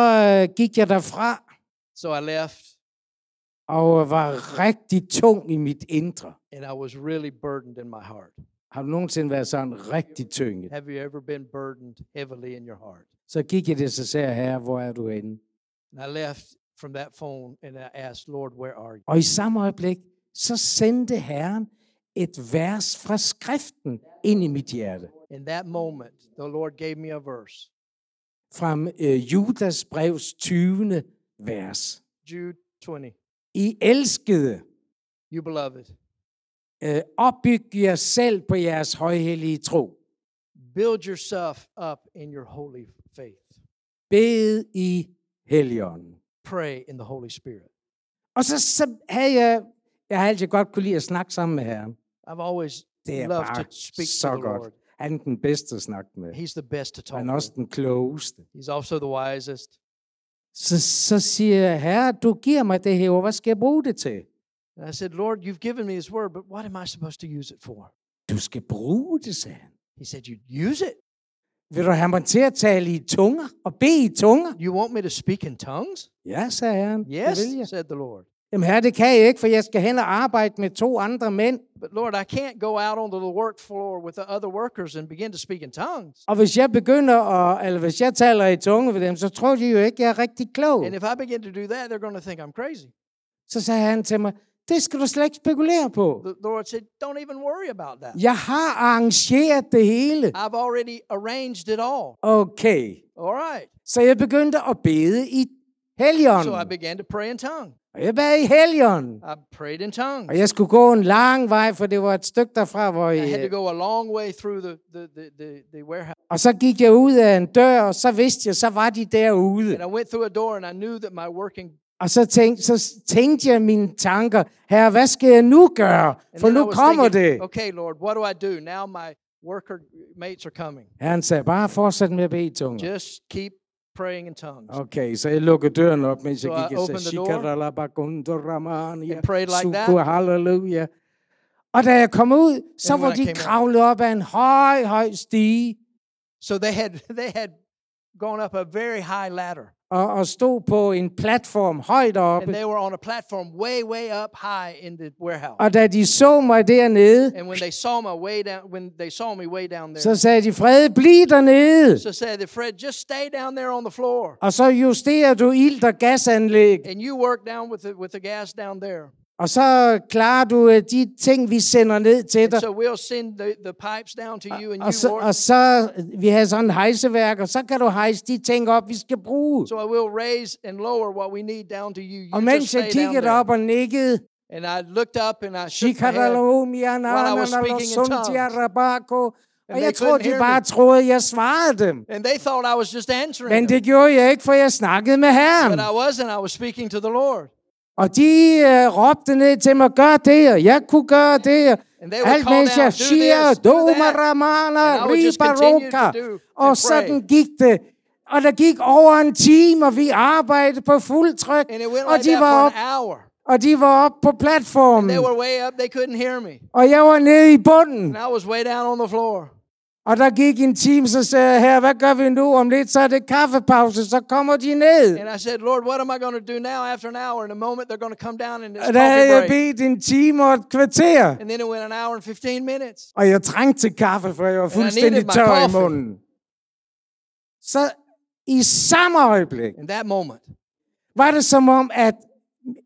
S1: øh, gik jeg derfra
S2: So I left
S1: og var rigtig tung i mit indre.
S2: and I was really burdened in my heart.
S1: Har du nogensinde været sådan rigtig tynget?
S2: Have you ever been burdened heavily in your heart?
S1: Så gik jeg det, så sagde jeg, herre, hvor er du henne?
S2: And I left from that phone and I asked, Lord, where are you?
S1: Og i samme øjeblik, så sendte Herren et vers fra skriften ind i mit hjerte.
S2: In that moment, the Lord gave me a verse,
S1: Fra øh, Judas brevs 20. vers.
S2: Jude 20.
S1: I elskede,
S2: You beloved,
S1: øh, opbyg jer selv på jeres højhellige tro.
S2: build yourself up in your holy faith.
S1: Bed i helligånden.
S2: Pray in the Holy Spirit.
S1: Og så, så havde jeg, jeg har altid godt kunne lide at snakke sammen med Herren.
S2: I've always
S1: Det er
S2: loved to
S1: bare
S2: speak to
S1: så
S2: the
S1: godt.
S2: Lord.
S1: Han er den bedste at snakke med.
S2: He's the best to talk
S1: Han er
S2: to.
S1: også den klogeste.
S2: He's also the wisest.
S1: Så, så siger jeg, herre, du giver mig det her ord. Hvad skal jeg bruge det til?
S2: And I said, Lord, you've given me this word, but what am I supposed to use it for?
S1: Du skal bruge det, sagde han.
S2: He said, You use it?
S1: Vil du have mig til at tale i tunger og bede i tunger?
S2: You want me to speak in tongues?
S1: Ja, sagde herren.
S2: Yes,
S1: Det vil jeg.
S2: said the Lord.
S1: Jamen herre, det kan jeg ikke, for jeg skal hen og arbejde med to andre mænd.
S2: But Lord, I can't go out onto the work floor with the other workers and begin to speak in tongues.
S1: Og hvis jeg begynder at, eller hvis jeg taler i tunge ved dem, så tror de jo ikke, jeg er rigtig klog.
S2: And if I begin to do that, they're going to think I'm crazy.
S1: Så sagde han til mig, det skal du slet ikke spekulere på.
S2: The Lord said, Don't even worry about that.
S1: Jeg har arrangeret det hele.
S2: I've already arranged it all.
S1: Okay.
S2: All right.
S1: Så jeg begyndte at bede i
S2: So I
S1: helgen.
S2: began to pray in tongues.
S1: Og jeg bad i helgen.
S2: I prayed in tongues.
S1: Og jeg skulle gå en lang vej, for det var et stykke derfra, hvor
S2: I had to
S1: jeg...
S2: go a long way through the, the, the, the, the warehouse.
S1: Og så gik jeg ud af en dør, og så vidste jeg, så var de derude.
S2: And I went through a door and I knew that my working
S1: Og så tænkte, så tænkte jeg mine tanker, herre, hvad skal jeg nu gøre?
S2: And
S1: For
S2: then I
S1: nu
S2: was
S1: kommer
S2: thinking,
S1: det.
S2: Okay, Lord, what do I do? Now my worker uh, mates are coming.
S1: Han sagde, bare fortsæt med at bede i tunger.
S2: Just keep praying in tongues.
S1: Okay, så jeg lukkede døren op, mens jeg
S2: So I
S1: gik og sagde,
S2: opened the door
S1: Shikarabagundoramania,
S2: and prayed like that.
S1: Suku Halleluja. Og da jeg kom ud, så
S2: And
S1: var
S2: when I
S1: de
S2: came out-
S1: kravlet op ad en høj, høj stige.
S2: So they had they had gone up a very high ladder.
S1: og, og stod på en platform højt
S2: And
S1: oppe.
S2: they were on a platform way, way up high in the warehouse.
S1: Og da de så mig dernede,
S2: And when they saw my way down, when they saw me way down there,
S1: så sagde de, Fred, bliv dernede.
S2: so said that Fred, just stay down there on the floor,
S1: Og så justerer du ilt- og gasanlæg,
S2: and you work down with the, with the gas down there.
S1: og så klarer du øh, de ting, vi sender ned til
S2: And
S1: dig.
S2: so we'll send the, the pipes down to you, and
S1: Og
S2: you
S1: så,
S2: work.
S1: og så vi havde sådan en hejseværk, og så kan du hejse de ting op, vi skal bruge.
S2: So I will raise and lower what we need down to you.
S1: Og
S2: You just
S1: mens jeg
S2: stay down
S1: kiggede
S2: there.
S1: op og nikkede,
S2: And I looked up and I shook my head. I was speaking in tongues.
S1: Shikaralomianananalosumtiarabako.
S2: And
S1: Og
S2: they
S1: jeg
S2: couldn't
S1: troede, de
S2: hear
S1: bare
S2: me.
S1: troede, jeg svarede dem.
S2: And they thought I was just answering.
S1: Men
S2: them.
S1: det gjorde jeg ikke, for jeg snakkede med
S2: But
S1: Herren.
S2: I wasn't. I was speaking to the Lord.
S1: Og de øh, råbte ned til mig, gør det, og jeg kunne gøre det.
S2: And they would
S1: Alt
S2: call
S1: mens
S2: down,
S1: jeg
S2: "Do
S1: siger,
S2: this, do that." And
S1: Domaramana,
S2: I would just continue to
S1: Ribaroka.
S2: do
S1: Og
S2: and
S1: sådan
S2: pray.
S1: gik det. Og der gik over en time, og vi arbejdede på fuld tryk.
S2: And it went
S1: Og de
S2: like that
S1: var
S2: for
S1: op, Mm.
S2: an hour.
S1: og de var op på
S2: They
S1: platformen.
S2: were way up. They couldn't hear me.
S1: Og jeg var nede i bunden.
S2: And I was way down on the floor.
S1: Og der gik en time, så sagde jeg, her, hvad gør vi nu? Om lidt, så er det kaffepause, så kommer de ned.
S2: And I said, Lord, what am I going to do now after an hour? In a moment, they're going to come down and it's
S1: Og der havde jeg
S2: coffee break.
S1: bedt en time og et kvarter.
S2: And then it went an hour and 15 minutes.
S1: Og jeg trængte til kaffe, for jeg var fuldstændig
S2: my
S1: tør i
S2: coffee.
S1: munden. Så i samme øjeblik
S2: In that moment,
S1: var det som om, at,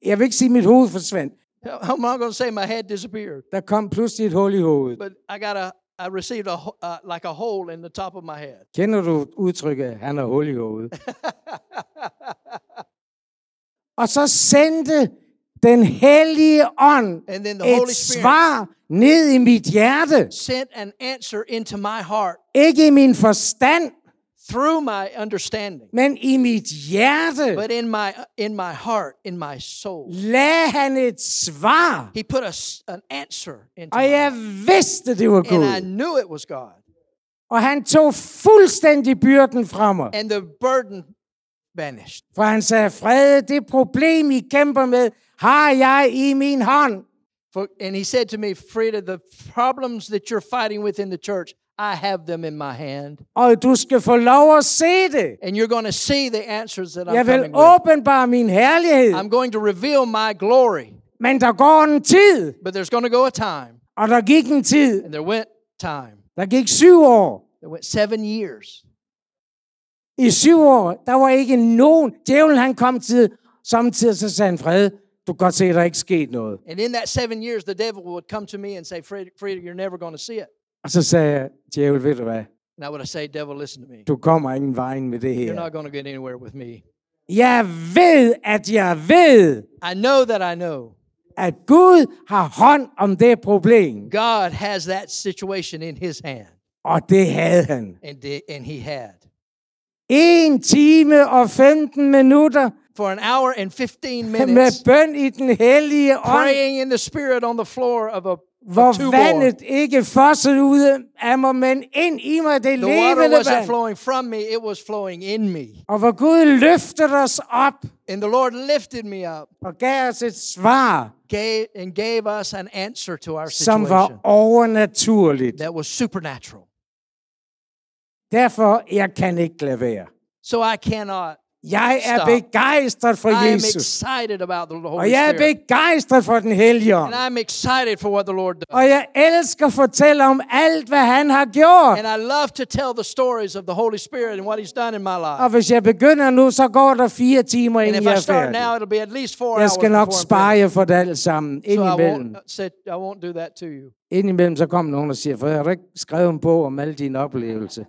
S1: jeg vil ikke sige, at mit hoved forsvandt.
S2: I'm not going to say my head disappeared,
S1: Der kom pludselig et hul i hovedet.
S2: but I got a, I received a, ho- uh, like a hole in the top of my head.
S1: Kender du udtrykket, han har hul i hovedet? og så sendte den hellige ånd
S2: And then the Holy
S1: et
S2: Spirit-
S1: svar ned i mit hjerte.
S2: Sent an answer into my heart
S1: Ikke i min forstand,
S2: through my understanding,
S1: men i mit hjerte.
S2: but in my, uh, in my heart, in my soul.
S1: Lagde han et svar.
S2: He put a s an answer into
S1: Og
S2: my
S1: jeg
S2: heart.
S1: vidste, det var
S2: And I
S1: Gud.
S2: knew it was God.
S1: Og han tog fuldstændig byrden fra mig.
S2: And the burden vanished.
S1: For han sagde, Frede, det problem, I kæmper med, har jeg i min hånd.
S2: For, and he said to me, Frida, the problems that you're fighting with in the church, I have them in my hand.
S1: Og du skal få lov at se det.
S2: And you're going to see the answers that I'm
S1: Jeg vil
S2: coming with.
S1: åbenbare min herlighed.
S2: I'm going to reveal my glory.
S1: Men der går en tid,
S2: But there's going to go a time,
S1: og der gik en tid.
S2: and there went time.
S1: Der gik syv år.
S2: There went seven years.
S1: I syv år, der var ikke nogen. Djævlen han kom til, samtidig så sagde han, Frede, du kan godt se, der er ikke sket noget.
S2: And in that seven years, the devil would come to me and say, Frida, Frida you're never going to see it.
S1: Og så sagde jeg, djævel, ved du hvad?
S2: And I would have said, Devil, listen to me.
S1: Du kommer ingen vejen med det her.
S2: You're not going to get anywhere with me.
S1: Jeg ved, at jeg ved,
S2: I know that I know
S1: at Gud har hånd om det problem.
S2: God has that situation in his hand.
S1: Og det havde han.
S2: And, di- and he had.
S1: En time og 15 minutter
S2: For an hour and 15 minutes.
S1: med bøn i den hellige ånd,
S2: praying in the spirit on the floor of a of two
S1: hvor
S2: board.
S1: vandet ikke fossede ud af mig, men ind i mig det
S2: The water
S1: levende
S2: wasn't
S1: vand.
S2: flowing from me, it was flowing in me.
S1: Og hvor Gud løftede os op
S2: And the Lord lifted me up
S1: og gav os et svar,
S2: gave, and gave us an answer to our
S1: som
S2: situation
S1: var overnaturligt.
S2: that was supernatural.
S1: Derfor, jeg kan ikke lade være.
S2: So I cannot.
S1: Jeg er
S2: Stop.
S1: begejstret for
S2: I am
S1: Oh, Jesus.
S2: excited about the Holy
S1: Og jeg er
S2: Spirit.
S1: begejstret for den hellige ånd.
S2: And I'm excited for what the Lord does.
S1: Og jeg elsker at fortælle om alt, hvad han har gjort.
S2: And I love to tell the stories of the Holy Spirit and what He's done in my
S1: Og
S2: life.
S1: hvis jeg begynder nu, så går der fire timer,
S2: And
S1: inden
S2: if
S1: jeg
S2: I
S1: er
S2: start
S1: færdig.
S2: now, it'll be at least four
S1: Jeg
S2: hours.
S1: skal nok
S2: before
S1: spare
S2: I'm
S1: jer for det alt sammen.
S2: finished. So I
S1: Indimellem,
S2: won't, sit, I won't do that to you.
S1: indimellem så kommer nogen og siger, for jeg har ikke skrevet en bog om alle dine oplevelser.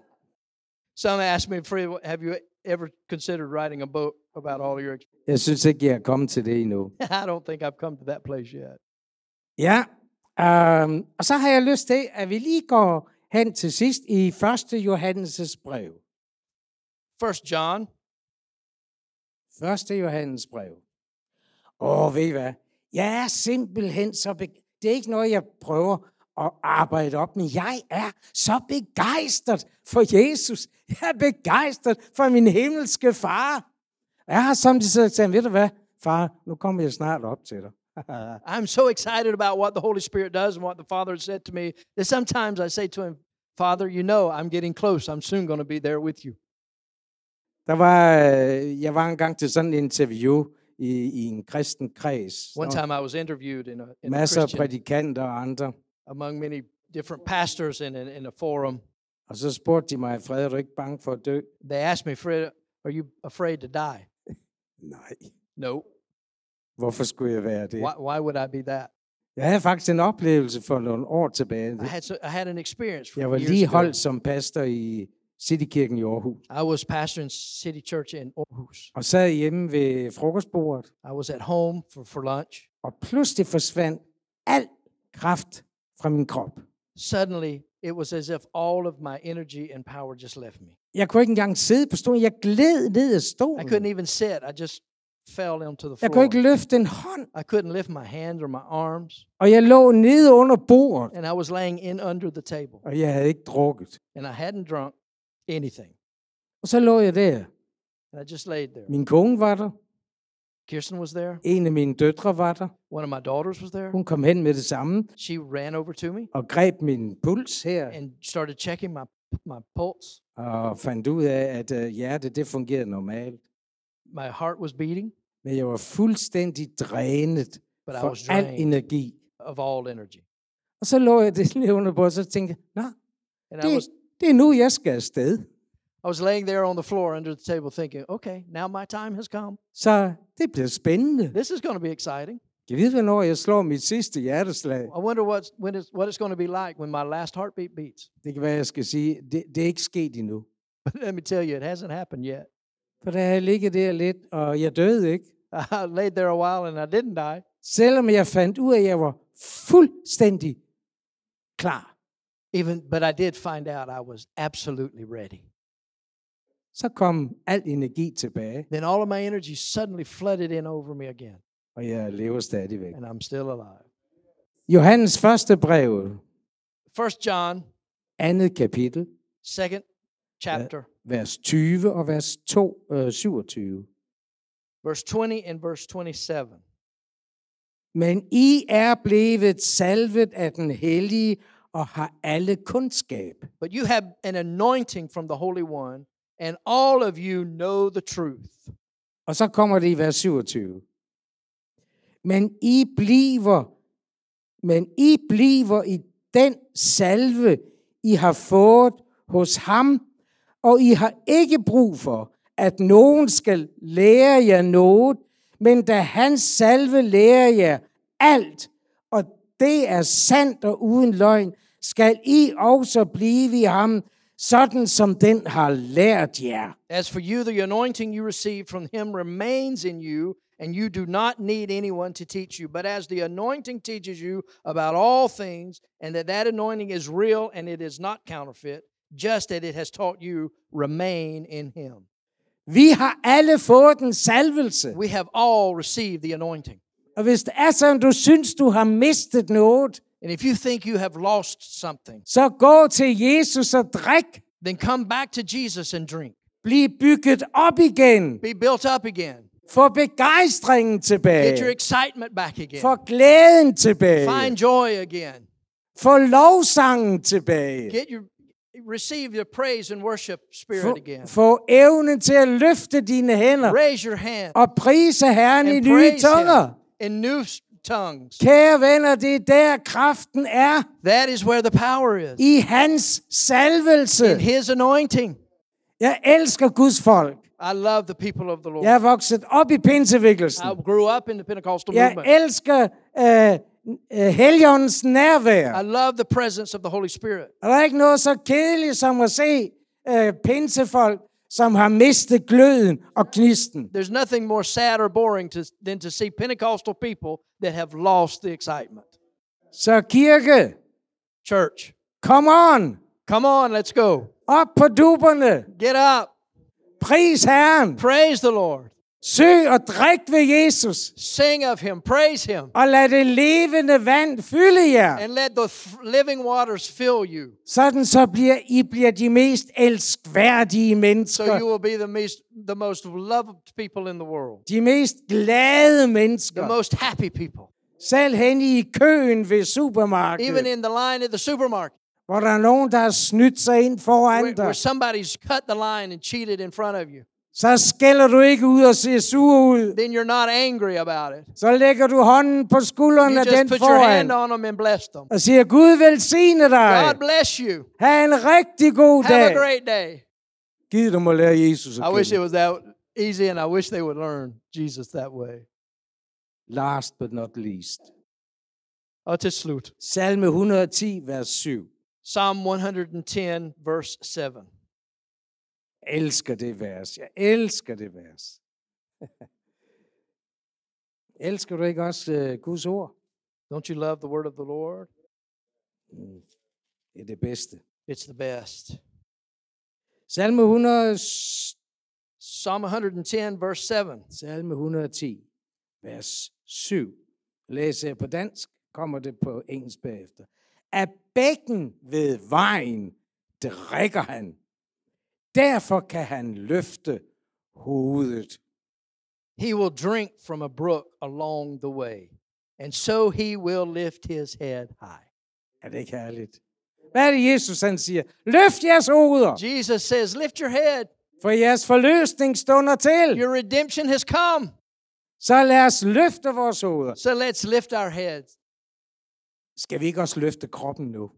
S2: Some asked me, Fred, what- have you ever considered writing a book about all your experiences?
S1: Jeg synes ikke, jeg er kommet til det endnu.
S2: I don't think I've come to that place yet.
S1: Ja, øhm, og så har jeg lyst til, at vi lige går hen til sidst i 1. Johannes' brev.
S2: First John,
S1: 1. Johannes brev. Åh, ved I hvad? Jeg er simpelthen så... Be- det er ikke noget, jeg prøver at arbejde op, men jeg er så begejstret for Jesus. Jeg er begejstret for min himmelske far. Jeg har samtidig sagt, ved du hvad, far, nu kommer jeg snart op til dig.
S2: I'm so excited about what the Holy Spirit does and what the Father has said to me that sometimes I say to him, Father, you know I'm getting close. I'm soon going to be there with you.
S1: Der var, øh, jeg var engang til sådan en interview i, i en kristen kreds.
S2: One
S1: Der var
S2: time I was interviewed in a, in a
S1: Masser af
S2: Christian,
S1: prædikanter og andre.
S2: among many different pastors in, in, in a forum.
S1: Og så spurgte de mig, Fred, er du ikke bange for at dø?
S2: They asked me, Fred, are you afraid to die?
S1: Nej.
S2: No.
S1: Hvorfor skulle jeg være det?
S2: Why, why would I be that?
S1: Jeg havde faktisk en oplevelse for nogle år tilbage.
S2: I had, so, I had an experience. From
S1: Jeg var
S2: years
S1: lige
S2: ago.
S1: holdt som pastor i Citykirken i Aarhus.
S2: I was pastor in City Church in Aarhus.
S1: Og sad hjemme ved frokostbordet,
S2: I was at home for, for lunch.
S1: og pludselig forsvandt al kraft fra min krop.
S2: Suddenly, it was as if all of my energy and power just left me.
S1: Jeg kunne ikke engang sidde på stolen. Jeg gled ned af
S2: I
S1: stolen.
S2: couldn't even sit. I just fell onto the
S1: Jeg kunne
S2: floor.
S1: ikke løfte en hånd.
S2: I couldn't lift my hands or my arms.
S1: Og jeg lå nede under bordet,
S2: And I was laying in under the table.
S1: og jeg havde ikke drukket.
S2: And I hadn't drunk anything.
S1: Og så lå jeg der.
S2: And I just laid there.
S1: Min kone var der.
S2: Kirsten was there.
S1: En af mine døtre var der.
S2: One of my daughters was there.
S1: Hun kom hen med det samme
S2: She ran over to me
S1: og greb min puls her
S2: and started checking my, my pulse.
S1: og fandt ud af, at øh, hjertet det fungerede normalt.
S2: My heart was beating,
S1: Men jeg var fuldstændig drænet
S2: but I was
S1: for al
S2: drained
S1: energi.
S2: of all energy.
S1: Og så lå jeg det lige under bordet, og så tænkte jeg, Nå,
S2: And I
S1: det,
S2: was
S1: det er nu, jeg skal afsted.
S2: I was laying there on the floor under the table thinking, okay, now my time has come.
S1: Så det bliver spændende.
S2: This is going to be exciting.
S1: Jeg ved, hvornår jeg slår mit sidste hjerteslag.
S2: I wonder what's, when it's, what it's going to be like when my last heartbeat beats.
S1: Det kan være, jeg skal sige, det, det er ikke sket endnu.
S2: But let me tell you, it hasn't happened yet.
S1: For da jeg ligget der lidt, og jeg døde ikke.
S2: I laid there a while and I didn't die.
S1: Selvom jeg fandt ud af, at jeg var fuldstændig klar,
S2: Even, but I did find out I was absolutely ready.
S1: så kom al energi tilbage,
S2: Then all of my energy suddenly flooded in over me again,
S1: og jeg lever stadigvæk.
S2: and I'm still alive.
S1: Johannes første brev,
S2: First John,
S1: andet kapitel,
S2: second chapter,
S1: vers 20 og vers 2, øh, 27.
S2: verse 20 and verse 27.
S1: Men I er blevet salvet af den hellige og har alle kundskab.
S2: But you have an anointing from the Holy One, and all of you know the truth.
S1: Og så kommer det i vers 27. Men I bliver, men I bliver i den salve, I har fået hos ham, og I har ikke brug for, at nogen skal lære jer noget, men da hans salve lærer jer alt, og det er sandt og uden løgn, skal I også blive i ham, sådan som den har lært jer.
S2: As for you, the anointing you received from him remains in you, and you do not need anyone to teach you. But as the anointing teaches you about all things, and that that anointing is real and it is not counterfeit, just that it has taught you, remain in him.
S1: Vi har alle fået en salvelse.
S2: We have all received the anointing.
S1: Og hvis det er sådan, du synes, du har mistet noget,
S2: And if you think you have lost something,
S1: så gå til Jesus og drik.
S2: then come back to Jesus and drink.
S1: Bliv bygget op igen.
S2: Be built up again.
S1: Få begejstringen
S2: Get your
S1: tilbage.
S2: excitement back again.
S1: Få glæden tilbage.
S2: Find joy again.
S1: Få lovsangen tilbage.
S2: Get your receive your praise and worship spirit
S1: Få,
S2: again.
S1: få evnen til at løfte dine hænder
S2: Raise your hand
S1: og prise Herren i
S2: and
S1: nye
S2: praise
S1: tunger.
S2: him in new s- tongues.
S1: Kære venner, det er der kraften er.
S2: That is where the power is.
S1: I hans salvelse.
S2: In his anointing.
S1: Jeg elsker Guds folk.
S2: I love the people of the Lord.
S1: Jeg er vokset op i pinsevækkelsen.
S2: I grew up in the Pentecostal
S1: Jeg
S2: movement.
S1: elsker øh, øh, Helligåndens nærvær.
S2: I love the presence of the Holy Spirit.
S1: Og der er ikke noget så kedeligt som at se øh, pinsefolk, som har mistet gløden og gnisten.
S2: There's nothing more sad or boring to, than to see Pentecostal people that have lost the excitement.
S1: Så kirke,
S2: Church,
S1: come on!
S2: come on, let's go.
S1: Op på duberne!
S2: Get up.
S1: Pris Herren!
S2: Praise the Lord.
S1: Søg og drik ved Jesus!
S2: Sing of him. Praise him.
S1: Og lad det levende vand fylde jer,
S2: And let the th- living waters fill you.
S1: sådan så bliver I bliver de mest elskværdige
S2: So you
S1: mennesker,
S2: will be the most, the most loved people in the world,
S1: de mest glade
S2: the
S1: mennesker.
S2: most happy people.
S1: Selv hen i køen ved
S2: Even
S1: supermarkedet.
S2: in the line at the supermarket,
S1: hvor der er nogen, der har snydt sig ind
S2: where,
S1: foran
S2: where
S1: dig,
S2: somebody's cut the line and cheated in front of you.
S1: så skælder du ikke ud og ser sur ud.
S2: then you're not angry about it.
S1: Så lægger du hånden på skulderen
S2: You
S1: af
S2: just
S1: den
S2: put your hand
S1: foran
S2: on them and bless them.
S1: og siger, Gud velsigne dig.
S2: God bless you.
S1: Ha' en rigtig god
S2: Have a
S1: dag.
S2: great day.
S1: Gid du må lære Jesus
S2: I
S1: at
S2: wish it
S1: kende.
S2: was that easy, and I wish they would learn Jesus that way.
S1: Last but not least.
S2: Og til slut.
S1: Salme 110, vers 7.
S2: Psalm 110, verse 7.
S1: Jeg elsker det vers. Jeg elsker det vers. elsker du ikke også øh, Guds ord?
S2: Don't you love the word of the Lord?
S1: Mm, Det er det bedste.
S2: It's the best.
S1: Salme 100,
S2: Psalm 110, verse 7.
S1: Salme 110, vers 7. Læser jeg på dansk, kommer det på engelsk bagefter. Af bækken ved vejen drikker han. Derfor kan han løfte hovedet.
S2: He will drink from a brook along the way, and so he will lift his head high.
S1: Er det ikke herligt? Hvad er det, Jesus han siger? Løft jeres hoveder,
S2: Jesus says, Lift your head.
S1: for jeres forløsning stunder til.
S2: Your redemption has come.
S1: Så lad os løfte vores hoveder.
S2: So let's lift our heads.
S1: Skal vi ikke også løfte kroppen nu?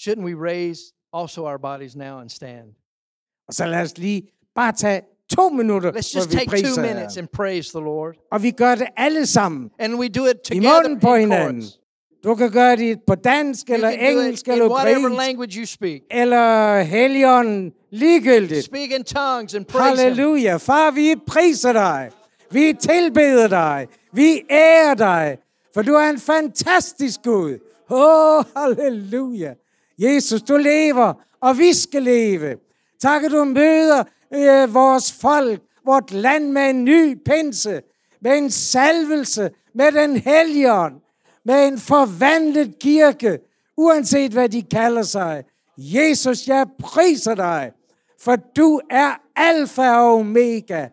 S2: Shouldn't we raise also our bodies now and stand?
S1: Og så lad os lige bare tage to minutter,
S2: Let's
S1: hvor
S2: just
S1: vi
S2: take two
S1: priser
S2: minutes
S1: Herren.
S2: and praise the Lord.
S1: Og vi gør det alle sammen.
S2: And we do it
S1: I
S2: together.
S1: munden
S2: In
S1: på hinanden.
S2: chorus.
S1: Du kan gøre det på dansk,
S2: You
S1: eller
S2: can do
S1: engelsk,
S2: it
S1: eller
S2: in whatever
S1: ukrainsk,
S2: language you speak.
S1: eller helion, ligegyldigt.
S2: Speak in tongues and praise Him.
S1: Halleluja. Far, vi priser dig. Vi tilbeder dig. Vi ærer dig. For du er en fantastisk Gud. Åh, oh, halleluja. Jesus, du lever, og vi skal leve. Tak, at du møder øh, vores folk, vort land med en ny pinse, med en salvelse, med den helgen, med en forvandlet kirke, uanset hvad de kalder sig. Jesus, jeg priser dig for du er alfa og omega.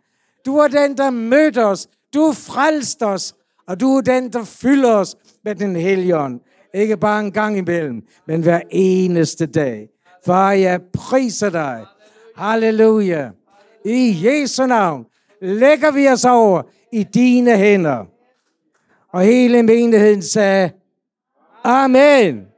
S1: Du er den, der mødte os. Du frelste os. Og du er den, der fylder os med den helion. Ikke bare en gang imellem, men hver eneste dag. Far, jeg priser dig. Halleluja. I Jesu navn lægger vi os over i dine hænder. Og hele menigheden sagde, Amen.